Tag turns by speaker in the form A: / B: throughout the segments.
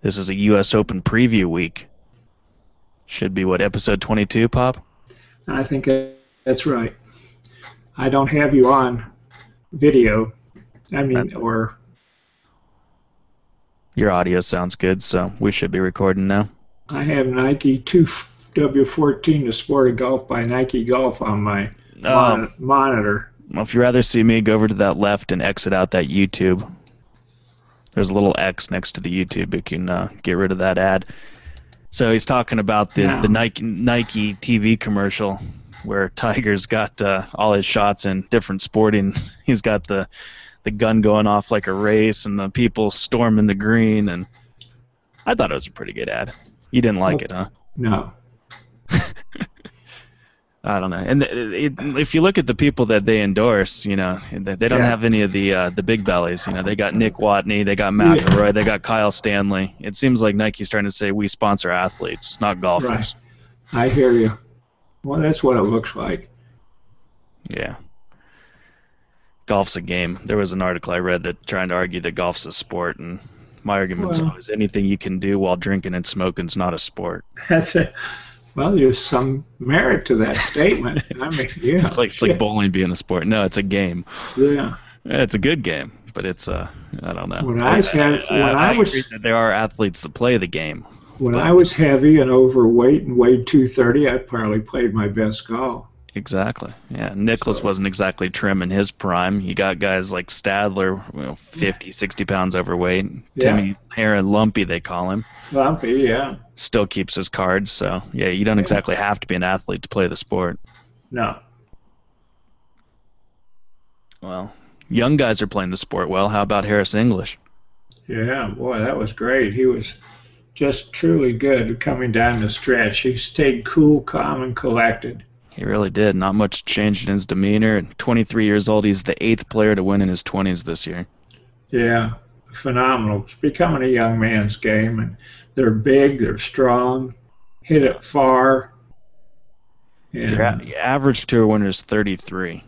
A: This is a U.S. Open preview week. Should be what episode 22, Pop?
B: I think that- that's right. I don't have you on video. I mean, or
A: Your audio sounds good, so we should be recording now.
B: I have Nike 2W14, the sport of golf by Nike Golf on my mon- monitor.
A: Well, if you'd rather see me, go over to that left and exit out that YouTube. There's a little X next to the YouTube. You can uh, get rid of that ad. So he's talking about the,
B: Yeah.
A: the Nike, Nike TV commercial where Tiger's got uh, all his shots in different sporting. He's got the the gun going off like a race and the people storming the green. And I thought it was a pretty good ad. You didn't like it, huh?
B: No.
A: I don't know. And th- it, if you look at the people that they endorse, you know, they they don't
B: Yeah.
A: have any of the uh, the big bellies. You know, they got Nick Watney, they got McElroy, they got Kyle Stanley. It seems like Nike's trying to say we sponsor athletes, not golfers.
B: Right. I hear you. Well, that's what it looks like.
A: Yeah. Golf's a game. There was an article I read that trying to argue that golf's a sport, and my argument's
B: Well.
A: always anything you can do while drinking and smoking's not a sport.
B: That's it. Well, there's some merit to that statement. I mean, yeah.
A: It's like it's like bowling being a sport. No, it's a game.
B: yeah.
A: Yeah, It's a good game, but it's uh, I don't know.
B: When I said- when I was-
A: agree that there are athletes that play the game.
B: When I was heavy and overweight and weighed 230, I probably played my best golf.
A: Exactly. Yeah, Nicholas wasn't exactly trim in his prime. You got guys like Stadler, you know, 50, 60 pounds overweight.
B: Yeah.
A: Timmy Heron, lumpy they call him.
B: Lumpy, yeah.
A: Still keeps his cards. So yeah, you don't exactly have to be an athlete to play the sport.
B: No.
A: Well, young guys are playing the sport well. How about Harris English?
B: Yeah, boy, that was great. He was just truly good coming down the stretch. He stayed cool, calm, and collected.
A: He really did. Not much change in his demeanor. At 23 years old, he's the eighth player to win in his 20s this year.
B: Yeah, phenomenal. It's becoming a young man's game, and they're big, they're strong, hit it far.
A: Your
B: Yeah,
A: a- your average tour winner is 33.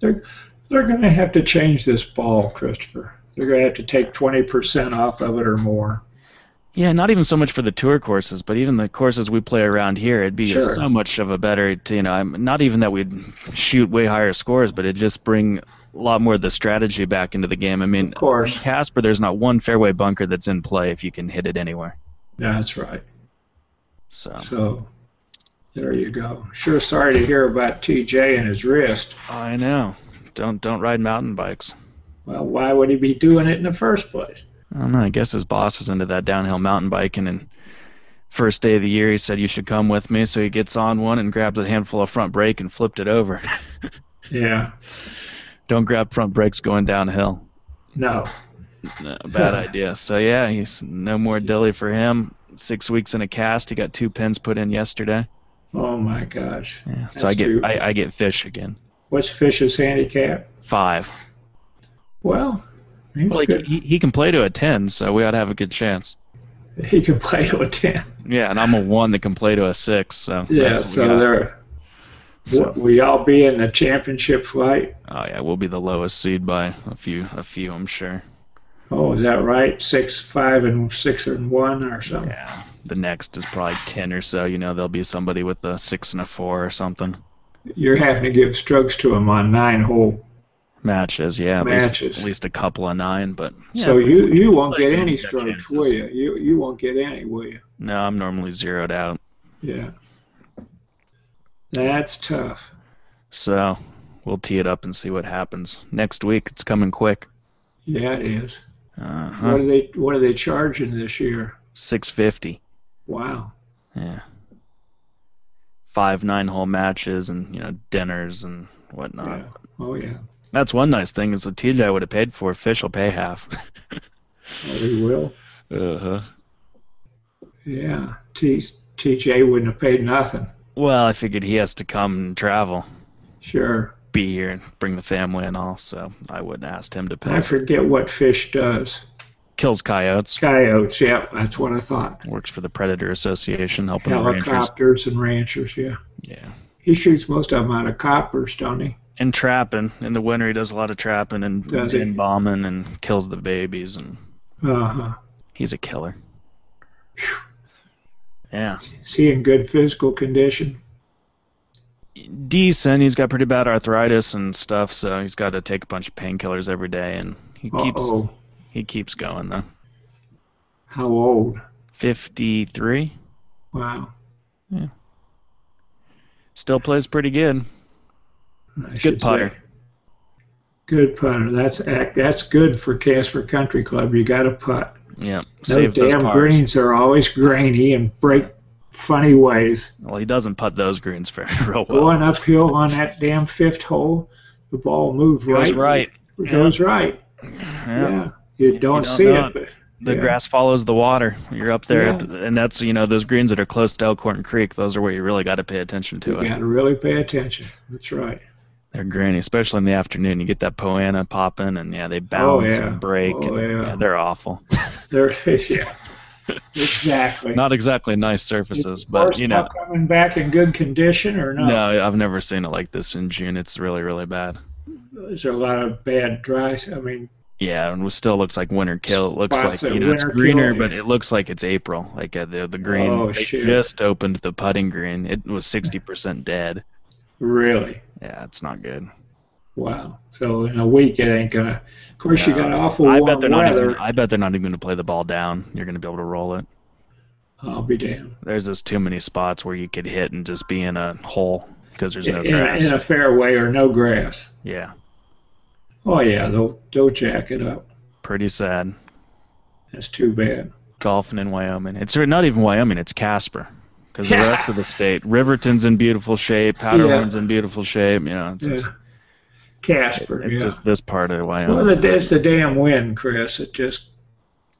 B: they're they're going to have to change this ball, Christopher. They're going to have to take twenty percent off of it or more.
A: Yeah, not even so much for the tour courses, but even the courses we play around here, it'd be
B: Sure.
A: so much of a better, t- you know, I'm, not even that we'd shoot way higher scores, but it'd just bring a lot more of the strategy back into the game. I mean,
B: Of course,
A: Casper, there's not one fairway bunker that's in play if you can hit it anywhere.
B: that's right.
A: So,
B: So there you go. Sure, sorry to hear about TJ and his wrist.
A: I know. Don't don't ride mountain bikes.
B: Well, why would he be doing it in the first place?
A: I don't know. I guess his boss is into that downhill mountain biking, and first day of the year, he said you should come with me. So he gets on one and grabs a handful of front brake and flipped it over.
B: Yeah,
A: Don't grab front brakes going downhill.
B: no.
A: No, bad idea. So yeah, he's no more dilly for him. Six weeks in a cast. He got two pins put in yesterday.
B: Oh my gosh.
A: Yeah, so
B: That's
A: I get
B: true.
A: I, I get fish again.
B: What's Fish's handicap?
A: Five.
B: Well, he's
A: Like
B: good.
A: he, he can play to a ten, so we ought to have a good chance.
B: He can play to a 10.
A: Yeah, and I'm a one that can play to a six. So
B: Yeah,
A: that's what we got.
B: so there.
A: So-
B: we all be in the championship flight?
A: Oh yeah, we'll be the lowest seed by a few a few, I'm sure.
B: Oh, is that right? Six, five, and six and one or something?
A: Yeah. The next is probably ten or so. You know, there'll be somebody with a six and a four or something.
B: You're having to give strokes to him on nine hole.
A: Matches, yeah. At Least,
B: Matches.
A: at least a couple of nine, but yeah,
B: so you, you won't
A: Like,
B: get any
A: got
B: strokes,
A: chances.
B: will you? you? You won't get any, will you?
A: no, I'm normally zeroed out.
B: Yeah. That's tough.
A: So we'll tee it up and see what happens. Next week, it's coming quick.
B: Yeah, it is.
A: Uh-huh.
B: What are they What are they charging this year?
A: 650.
B: Wow.
A: Yeah. Five nine hole matches and, you know, dinners and whatnot.
B: Yeah. Oh yeah.
A: That's one nice thing is the TJ would have paid for fish will pay half.
B: Oh, we will.
A: uh-huh.
B: Yeah. T TJ wouldn't have paid nothing.
A: Well, I figured he has to come and travel,
B: Sure.
A: be here, and bring the family and all, so I wouldn't ask him to
B: I
A: pay.
B: forget what fish does.
A: Kills coyotes,
B: Coyotes. Yeah, that's what I thought.
A: works for the Predator Association, helping the ranchers.
B: Helicopters and ranchers. Yeah.
A: Yeah.
B: He shoots most of them out of coppers, don't he?
A: and trapping in the winter he does a lot of trapping and,
B: Does he?
A: and bombing and kills the babies and
B: Uh huh.
A: he's a killer Yeah.
B: Is he in good physical condition?
A: Decent. He's got pretty bad arthritis and stuff, so he's got to take a bunch of painkillers every day, and he keeps
B: Uh-oh.
A: he keeps going though.
B: How old?
A: Fifty three
B: Wow.
A: still plays pretty good.
B: I should say.
A: putter.
B: Good putter. That's ac- that's good for Casper Country Club. You got to putt.
A: Yeah,
B: No
A: save those
B: damn
A: pars.
B: greens are always grainy and break funny ways.
A: Well, he doesn't putt those greens very real well.
B: Going uphill on that damn fifth hole, the ball moved
A: Goes
B: right.
A: right.
B: It goes right.
A: Yeah.
B: Yeah. You don't,
A: don't
B: see
A: know
B: it. But
A: The
B: yeah.
A: grass follows the water. You're up there,
B: Yeah.
A: and that's you know those greens that are close to Elkhorn Creek. Those are where you really got to pay attention to.
B: you
A: it.
B: got to really pay attention. That's right.
A: They're grainy, especially in the afternoon. You get that poana popping, and yeah, they bounce
B: Oh, yeah.
A: and break.
B: Oh,
A: and,
B: yeah.
A: they're awful.
B: There is yeah. Exactly.
A: Not exactly nice surfaces, but
B: Horse
A: you know,
B: not coming back in good condition or not?
A: no, I've never seen it like this in June. It's really, really bad.
B: There's a lot of bad dry. I mean,
A: Yeah, and it still looks like winter kill. It looks
B: Spots
A: like
B: of
A: you know it's
B: winter kill,
A: greener,
B: yeah.
A: but it looks like it's April. Like uh, the the green
B: Oh,
A: they
B: shit.
A: just opened the putting green. It was sixty percent dead.
B: really.
A: Yeah, it's not good.
B: Wow. So in a week it ain't gonna. Of course, you
A: No.
B: got awful
A: I
B: warm
A: bet they're not.
B: weather.
A: Even, I bet they're not even going to play the ball down. You're going to be able to roll it.
B: I'll be damned.
A: There's just too many spots where you could hit and just be in a hole because there's no
B: in, a,
A: grass.
B: in a fairway or no grass.
A: Yeah,
B: Oh yeah, they'll they'll jack it up.
A: pretty sad.
B: That's too bad.
A: Golfing in Wyoming. It's not even Wyoming. It's Casper. Because the rest of the state, Riverton's in beautiful shape. Powderhorn's in beautiful shape. You know, it's
B: Yeah.
A: just
B: Casper.
A: It's
B: yeah.
A: just this part of Wyoming.
B: well, the, it's the damn wind, Chris. It just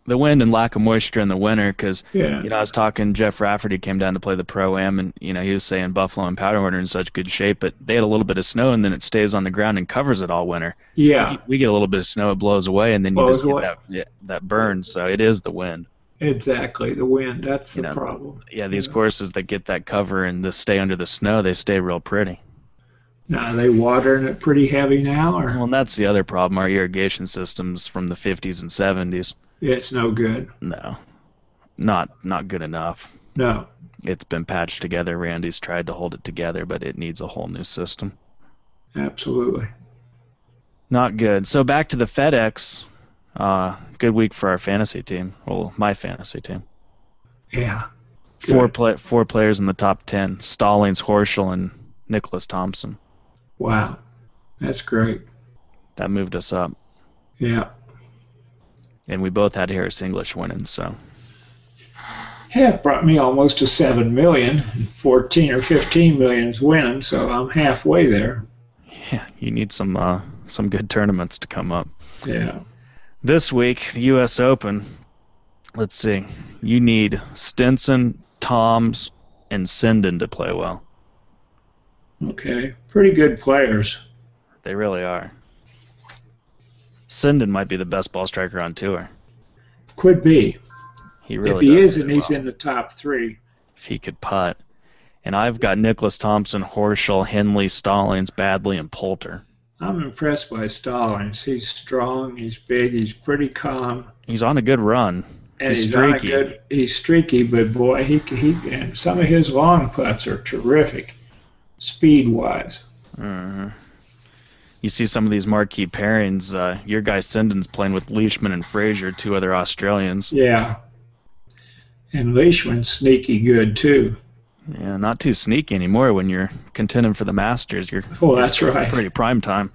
A: the wind and lack of moisture in the winter, because
B: yeah.
A: you know I was talking Jeff Rafferty came down to play the pro am, and you know he was saying Buffalo and Powderhorn are in such good shape, but they had a little bit of snow, and then it stays on the ground and covers it all winter.
B: yeah.
A: We get a little bit of snow, it blows away, and then you
B: Blows
A: just get
B: away.
A: that yeah, that burn. So it is the wind.
B: Exactly. The wind. That's
A: You
B: the
A: know.
B: problem.
A: Yeah, these courses that get that cover and the stay under the snow, they stay real pretty.
B: Now are they watering it pretty heavy now, or
A: Well, and that's the other problem. Our irrigation systems from the 50s and 70s,
B: it's no good.
A: no, not not good enough.
B: No.
A: it's been patched together. Randy's tried to hold it together, but it needs a whole new system.
B: Absolutely.
A: Not good. So back to the FedEx. Uh, good week for our fantasy team. Well, my fantasy team.
B: Yeah.
A: Four
B: Good.
A: play, four players in the top ten: Stallings, Horschel, and Nicholas Thompson.
B: Wow. That's great.
A: That moved us up,
B: Yeah.
A: and we both had Harris English winning. So
B: Yeah, it brought me almost to seven million. Fourteen or fifteen million is winning, so I'm halfway there.
A: yeah, you need some uh, some good tournaments to come up.
B: Yeah.
A: This week, the U.S. Open. Let's see. You need Stinson, Toms, and Sinden to play well.
B: Okay. Pretty good players.
A: They really are. Sinden might be the best ball striker on tour.
B: Could be.
A: He really
B: if he
A: does
B: is,
A: play
B: and he's
A: well.
B: in the top three.
A: if he could putt. And I've got Nicholas Thompson, Horschel, Henley, Stallings, Badley, and Poulter.
B: I'm impressed by Stallings. He's strong. He's big. He's pretty calm.
A: He's on a good run.
B: And
A: He's
B: he's, on a
A: streaky.
B: good. He's streaky, but boy, he he and some of his long putts are terrific, speed wise.
A: You see some of these marquee pairings. Uh, your guy Sinden's playing with Leishman and Frazier, two other Australians.
B: Yeah. And Leishman's sneaky good too.
A: Yeah, not too sneaky anymore when you're contending for the Masters. You're
B: Oh, that's right.
A: pretty prime time.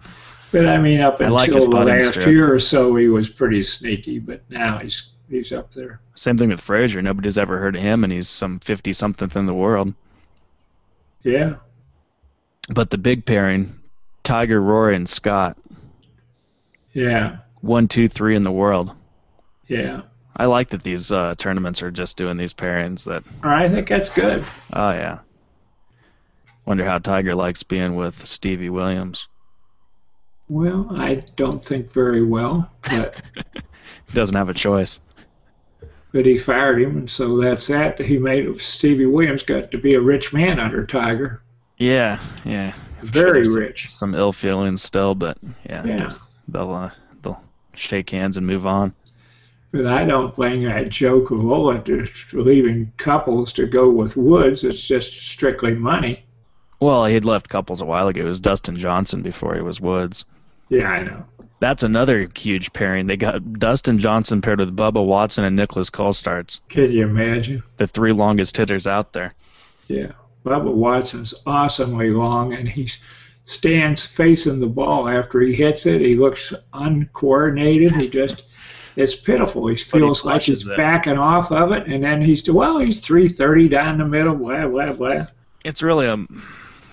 B: But I mean, up
A: I
B: until
A: like his
B: the
A: putting
B: last
A: stroke.
B: year or so, he was pretty sneaky. But now he's he's up there.
A: Same thing with Frazier. Nobody's ever heard of him, and he's some 50 something in the world.
B: Yeah.
A: But the big pairing, Tiger, Rory, and Scott,
B: Yeah.
A: one, two, three in the world.
B: Yeah.
A: I like that these uh, tournaments are just doing these pairings. That
B: I think that's good.
A: oh yeah. Wonder how Tiger likes being with Stevie Williams.
B: Well, I don't think very well, but
A: Doesn't have a choice.
B: but he fired him, and so that's that. He made Stevie Williams got to be a rich man under Tiger,
A: Yeah, yeah. I'm sure
B: very
A: there's
B: rich.
A: Some ill feelings still, but yeah, I
B: Yeah.
A: guess they'll uh, they'll shake hands and move on.
B: But I don't blame that Joe Cavola to leaving couples to go with Woods. It's just strictly money.
A: Well, he had left couples a while ago. It was Dustin Johnson before he was Woods.
B: Yeah, I know.
A: That's another huge pairing. They got Dustin Johnson paired with Bubba Watson and Nicholas Colstarts,
B: Can you imagine?
A: the three longest hitters out there.
B: Yeah. Bubba Watson's awesomely long, and he stands facing the ball after he hits it. He looks uncoordinated. He just, it's pitiful. He
A: he
B: feels like he's
A: clutches it.
B: backing off of it, and then he's, well, he's 330 down the middle, blah, blah, blah.
A: It's really a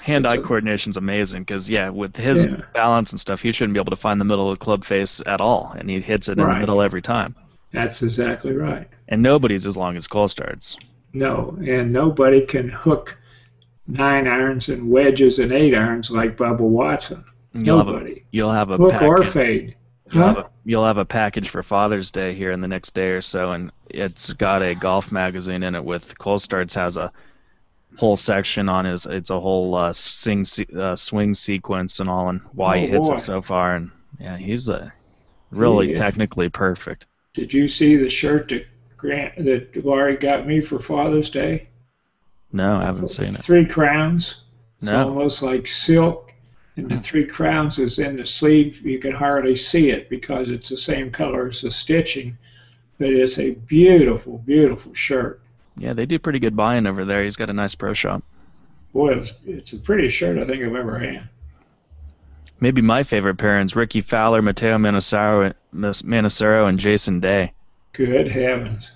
A: hand-eye
B: It's a-
A: coordination's amazing because yeah, with his
B: Yeah.
A: balance and stuff, he shouldn't be able to find the middle of the club face at all, and he hits it in
B: Right.
A: the middle every time.
B: That's exactly right.
A: And nobody's as long as Colstarts.
B: No, and nobody can hook nine irons and wedges and eight irons like Bubba Watson.
A: You'll have a-
B: Nobody.
A: You'll have a
B: Hook or
A: package.
B: fade.
A: You'll have,
B: Huh?
A: a, you'll have a package for Father's Day here in the next day or so, and it's got a golf magazine in it. With Colstarts has a whole section on his. It's a whole uh, sing se- uh, swing sequence and all, and why he
B: Oh,
A: hits
B: boy.
A: it so far. And yeah, he's a really
B: He is.
A: technically perfect.
B: Did you see the shirt that Grant that Laurie got me for Father's Day?
A: No, I haven't seen it.
B: Three crowns. It's
A: No. Mm.
B: almost like silk. And the three crowns is in the sleeve. You can hardly see it because it's the same color as the stitching. But it's a beautiful, beautiful shirt.
A: Yeah, they do pretty good buying over there. He's got a nice pro shop.
B: Boy, it's, it's the prettiest shirt I think I've ever had.
A: Maybe my favorite pairings: Ricky Fowler, Mateo Manisaro, Manisaro, and Jason Day.
B: Good heavens.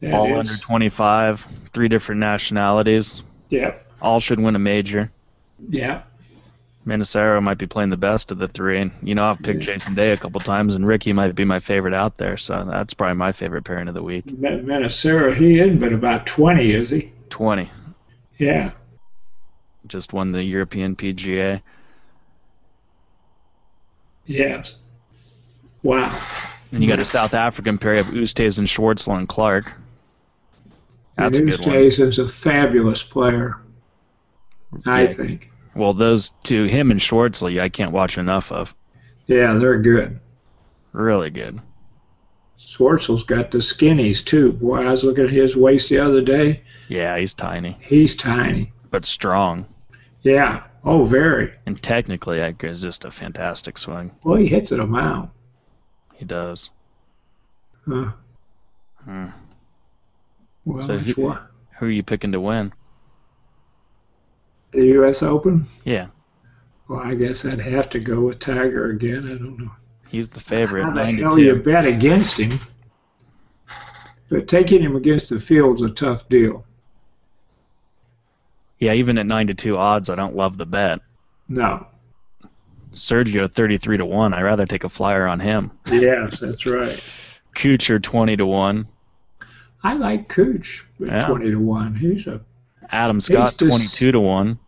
B: That
A: all
B: is-
A: under 25, three different nationalities.
B: Yep,
A: All should win a major.
B: yep.
A: Manisaro might be playing the best of the three. And, you know, I've picked Jason Day a couple times, and Ricky might be my favorite out there. So that's probably my favorite pairing of the week.
B: Min- Minnesota, he isn't but about 20, is he?
A: 20.
B: Yeah.
A: Just won the European PGA.
B: Yes. Wow.
A: And you got a South African pair of Ustaz and Schwartzler and Clark. That's a
B: and
A: good one.
B: Jays is a fabulous player, I
A: Yeah.
B: think.
A: Well, those two, him and Schwartzley, I can't watch enough of.
B: Yeah, they're good.
A: Really good.
B: Schwartzel's got the skinnies too. Boy, I was looking at his waist the other day.
A: Yeah, he's tiny,
B: He's tiny.
A: but strong.
B: Yeah. Oh, very.
A: And technically, that is just a fantastic swing.
B: Well, he hits it a mile.
A: He does.
B: Huh.
A: Hmm.
B: Well,
A: So
B: that's
A: he-
B: why.
A: Who are you picking to win?
B: The U.S. Open?
A: Yeah,
B: Well, I guess I'd have to go with Tiger again. I don't know.
A: he's the favorite.
B: How the hell you
A: 92.
B: bet against him? But taking him against the field's a tough deal.
A: Yeah, even at 9 to 2 odds, I don't love the bet.
B: No.
A: Sergio 33 to 1. I'd rather take a flyer on him.
B: Yes, that's right.
A: Kuchar 20 to 1.
B: I like Cooch at
A: Yeah.
B: twenty to one. He's a
A: Adam Scott
B: just-
A: 22 to 1.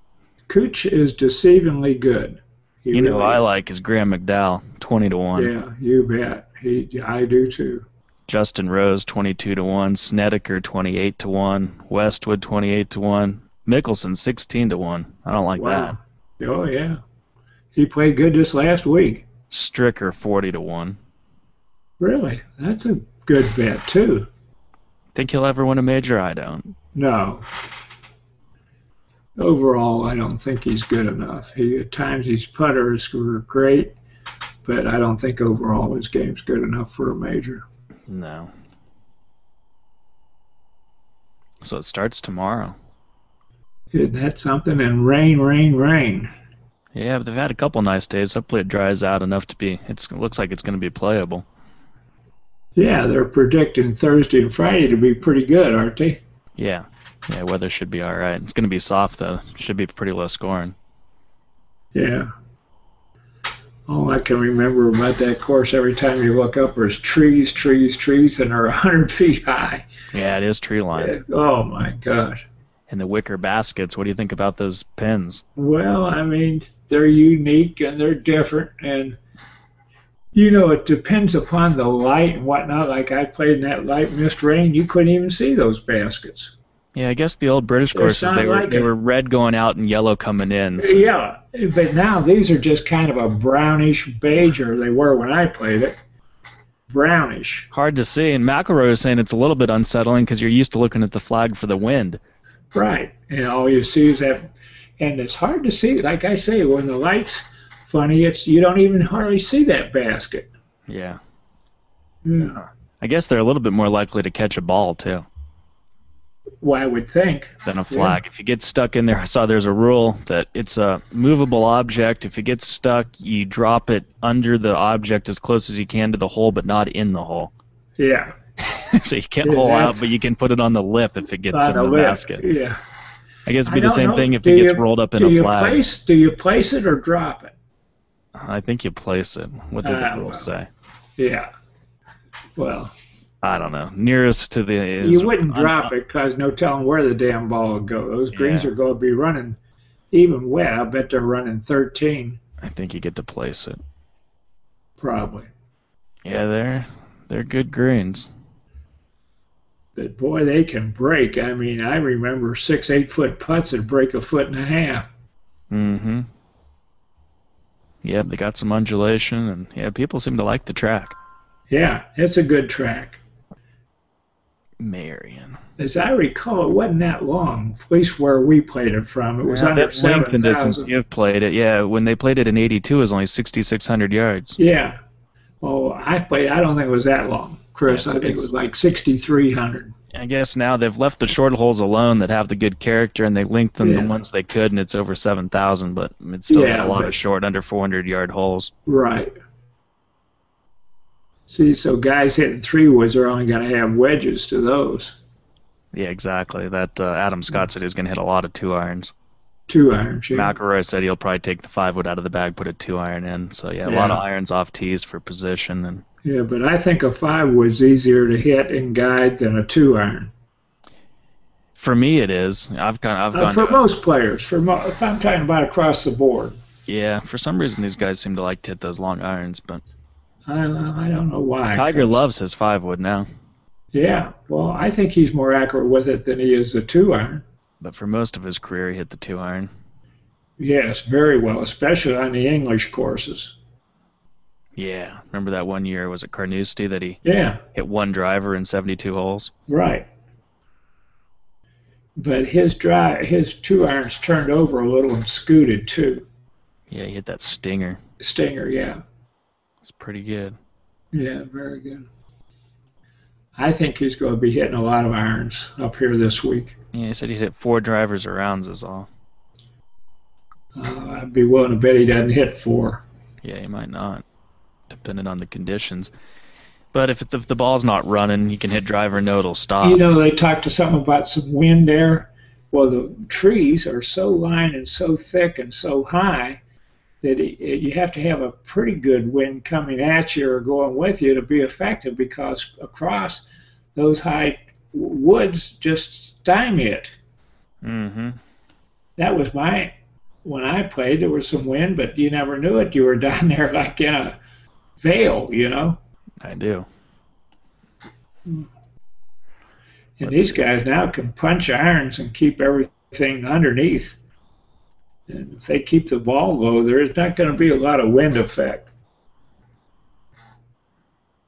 B: Cooch is deceivingly good. He
A: You know who
B: really-
A: I like is Graham McDowell 20 to 1.
B: Yeah, you bet. He, I do too.
A: Justin Rose 22 to 1. Snedeker 28 to 1. Westwood 28 to 1. Mickelson 16 to 1. I don't like that.
B: Wow. Oh yeah, he played good this last week.
A: Stricker 40 to 1.
B: Really, that's a good bet too.
A: Think he'll ever win a major? I don't.
B: No. Overall, I don't think he's good enough. He at times his putters were great, but I don't think overall his game's good enough for a major.
A: No. So it starts tomorrow.
B: Isn't that something? And rain, rain, rain.
A: Yeah, but they've had a couple nice days. Hopefully, it dries out enough to be. It's, it looks like it's going to be playable.
B: Yeah, they're predicting Thursday and Friday to be pretty good, aren't they?
A: Yeah, yeah. Weather should be all right. It's going to be soft though. Should be pretty low scoring.
B: Yeah. All I can remember about that course every time you look up is trees, trees, trees, and they're 100 feet high.
A: Yeah, it is tree lined.
B: Oh my gosh.
A: And the wicker baskets. What do you think about those pins?
B: Well, I mean, they're unique and they're different. And, you know, it depends upon the light and whatnot. Like I played in that light mist rain, you couldn't even see those baskets.
A: Yeah, I guess the old British
B: There's
A: courses
B: not
A: they were
B: like
A: they
B: it.
A: were red going out and yellow coming in. so-
B: Yeah, but now these are just kind of a brownish beige, or they were when I played it. brownish.
A: Hard to see. And McElroy was saying it's a little bit unsettling because you're used to looking at the flag for the wind.
B: Right. And all you see is that, and it's hard to see. Like I say, when the light's funny, it's you don't even hardly see that basket.
A: Yeah.
B: Yeah.
A: I guess they're a little bit more likely to catch a ball, too,
B: Well, I would think.
A: than a flag. If you get stuck in there, I saw there's a rule that it's a movable object. If it gets stuck, you drop it under the object as close as you can to the hole, but not in the hole.
B: Yeah.
A: so you can't
B: Yeah,
A: hole out,
B: that's-
A: but you can put it on the lip if it gets in
B: On
A: the
B: the lip.
A: basket.
B: Yeah.
A: I guess it'd
B: I
A: be the
B: don't
A: same
B: know.
A: thing if
B: Do
A: it gets
B: you-
A: rolled up in
B: do
A: a
B: you
A: flag.
B: place? Do you place it or drop it?
A: I think you place it. What did
B: Ah,
A: the
B: well.
A: rules say?
B: Yeah. Well,
A: I don't know. Nearest to the is
B: you wouldn't drop it 'cause no telling where the damn ball would go. Those greens
A: Yeah.
B: are going to be running, even wet. I bet they're running 13,
A: I think you get to place it.
B: probably.
A: Yeah, they're they're good greens.
B: But boy, they can break. I mean, I remember six, eight foot putts that break a foot and a half.
A: Mm-hmm. Yeah, they got some undulation, and yeah, people seem to like the track.
B: Yeah, it's a good track.
A: Marion.
B: As I recall, it wasn't that long, at least where we played it from. It was under
A: That length and distance
B: 7,000.
A: you've played it. Yeah, when they played it in '82, it was only 6,600 yards.
B: Yeah. Oh, I played, I don't think it was that long, Chris.
A: Yeah,
B: I
A: it's-
B: think it
A: it's-
B: was like 6,300.
A: I guess now they've left the short holes alone that have the good character, and they lengthened the
B: Yeah.
A: ones they could, and it's over 7,000, but it's still got
B: Yeah,
A: a lot
B: but-
A: of short, under 400 yard holes.
B: Right. See, so guys hitting three woods are only going to have wedges to those
A: Yeah, exactly. That uh, Adam
B: Hmm.
A: Scott said he's going to hit a lot of two irons.
B: two irons. yeah.
A: McElroy said he'll probably take the five wood out of the bag, put a two iron in. So yeah, a lot
B: Yeah.
A: of irons off tees for position, and
B: Yeah, but I think a five wood's easier to hit and guide than a two iron.
A: for me it is. I've kind of, I've
B: Uh,
A: gone.
B: for most players, for mo- if I'm talking about across the board,
A: yeah, for some reason these guys seem to like to hit those long irons, but
B: I, I don't know why.
A: Tiger
B: 'cause-
A: loves his five wood now.
B: Yeah, well, I think he's more accurate with it than he is the two iron.
A: But for most of his career, he hit the two iron.
B: Yes, very well, especially on the English courses.
A: Yeah, remember that one year was it Carnoustie that he
B: Yeah,
A: hit one driver in 72 holes?
B: right. But his drive, his two irons turned over a little and scooted too.
A: Yeah, he hit that stinger.
B: Stinger, yeah.
A: It's pretty good.
B: Yeah, very good. I think he's going to be hitting a lot of irons up here this week.
A: Yeah, he said he hit four drivers or rounds is all.
B: Uh, I'd be willing to bet he doesn't hit four.
A: Yeah, you might not, depending on the conditions. But if the, if the ball's not running, you can hit driver, no, it'll stop.
B: You know, they talked to something about some wind there. Well, the trees are so lined and so thick and so high that it, it, you have to have a pretty good wind coming at you or going with you to be effective because across those high w- woods just stymie it.
A: mm-hmm.
B: that was my when I played. There was some wind, but you never knew it. You were down there like in a veil, you know.
A: I do.
B: And
A: Let's
B: these
A: see.
B: guys now can punch irons and keep everything underneath. And if they keep the ball low, there is not going to be a lot of wind effect.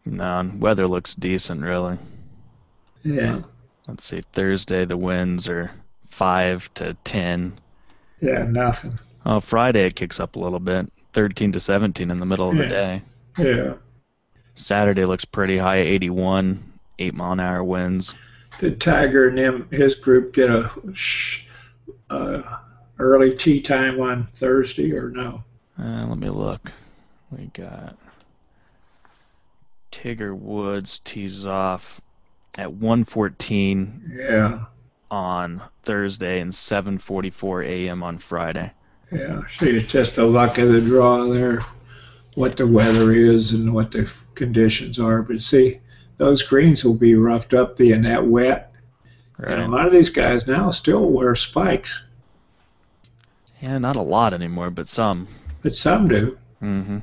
A: No, and weather looks decent, really.
B: Yeah,
A: Let's see, Thursday the winds are 5 to 10.
B: yeah, nothing.
A: Oh, Friday it kicks up a little bit, 13 to 17 in the middle of the
B: Yeah.
A: day.
B: Yeah.
A: Saturday looks pretty high, 81, 8 mile an hour winds.
B: Did Tiger and him his group get a sh- uh, early tea time on Thursday or no?
A: Uh, let me look. We got Tigger Woods tees off at 1:14
B: Yeah,
A: on Thursday and 7:44 a.m. on Friday.
B: Yeah, see, it's just the luck of the draw there, what the weather is and what the conditions are. But see, those greens will be roughed up being that wet. And a
A: Right?
B: lot of these guys now still wear spikes,
A: Yeah, not a lot anymore, but some.
B: but some do.
A: Mm-hmm.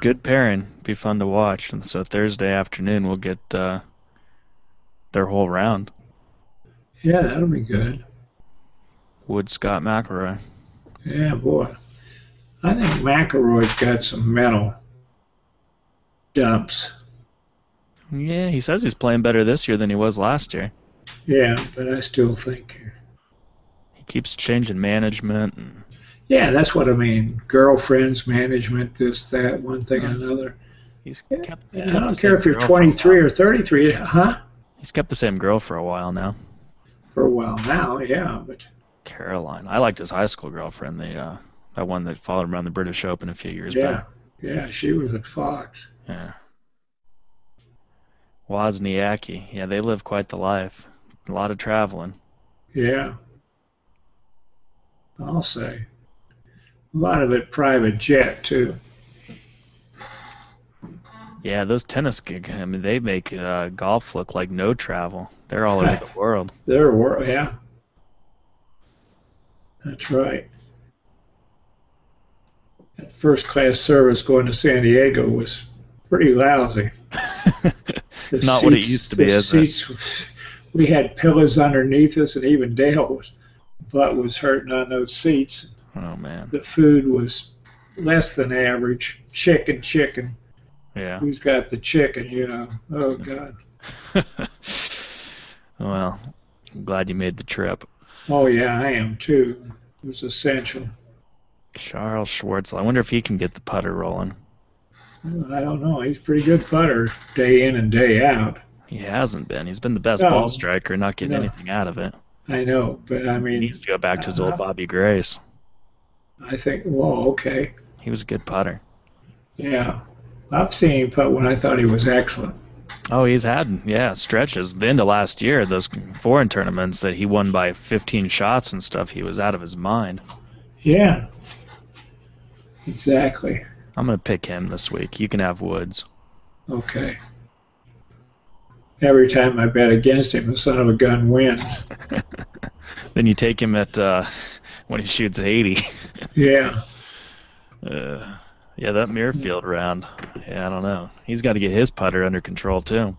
A: Good pairing. Be fun to watch. And so Thursday afternoon we'll get uh, their whole round.
B: Yeah, that'll be good.
A: Wood Scott McElroy.
B: Yeah, boy. I think McElroy's got some mental dumps.
A: Yeah, he says he's playing better this year than he was last year.
B: Yeah, but I still think.
A: He keeps changing management. And,
B: Yeah, that's what I mean. Girlfriends, management, this, that, one thing or
A: Nice.
B: another.
A: he's kept.
B: I
A: kept the
B: don't
A: same
B: care if you're
A: girl for a while.
B: 23 or 33, huh?
A: He's kept the same girl for a while now.
B: For a while now, yeah, but
A: Caroline. I liked his high school girlfriend, the uh, that one that followed him around the British Open a few years
B: yeah,
A: back.
B: yeah, she was at Fox.
A: Yeah. Wozniacki. Yeah, they live quite the life. A lot of traveling.
B: Yeah, I'll say. A lot of it private jet too.
A: Yeah, those tennis gig. I mean, they make uh, golf look like no travel. They're all over the world.
B: There were, yeah. That's right. That first class service going to San Diego was pretty lousy. The
A: Not what it used to be,
B: the
A: is it?
B: seats- we had pillows underneath us, and even Dale was butt was hurting on those seats.
A: Oh man.
B: The food was less than average. Chicken, chicken.
A: Yeah.
B: Who's got the chicken? You know. Oh God.
A: Well, I'm glad you made the trip.
B: Oh yeah, I am too. It was essential.
A: Charles Schwartzel. I wonder if he can get the putter rolling.
B: I don't know. He's a pretty good putter day in and day out.
A: He hasn't been. He's been the best
B: No.
A: ball striker, not getting
B: No.
A: anything out of it.
B: I know, but I
A: He
B: mean,
A: needs to go back to his old Bobby Grace.
B: I think, whoa, okay.
A: He was a good putter.
B: Yeah. I've seen him putt when I thought he was excellent.
A: Oh, he's had yeah stretches. The end of last year, those foreign tournaments that he won by 15 shots and stuff, he was out of his mind.
B: Yeah. Exactly.
A: I'm gonna pick him this week. You can have Woods.
B: Okay. Every time I bet against him, the son of a gun wins.
A: Then you take him at uh, when he shoots 80.
B: Yeah.
A: Uh, yeah, that Mirfield round. Yeah, I don't know. He's got to get his putter under control too.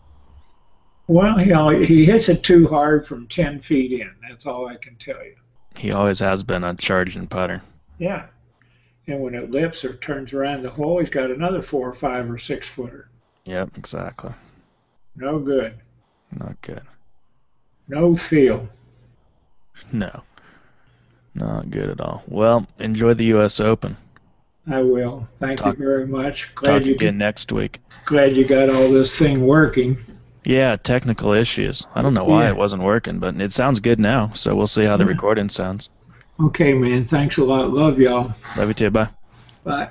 B: Well, he, only, he hits it too hard from 10 feet in. That's all I can tell you.
A: He always has been on charge and putter.
B: Yeah. And when it lips or turns around the hole, he's got another four or five or six footer.
A: Yep, exactly.
B: No good.
A: Not good.
B: No feel.
A: No, not good at all. Well, enjoy the U.S. Open.
B: I will. Thank
A: Talk-
B: you very much.
A: Talk
B: Glad you
A: again next week.
B: glad you got all this thing working.
A: Yeah, technical issues. I don't know why
B: Yeah.
A: it wasn't working, but it sounds good now. So we'll see how the
B: Yeah.
A: recording sounds.
B: Okay, man. Thanks a lot. Love y'all.
A: Love you too. Bye.
B: Bye.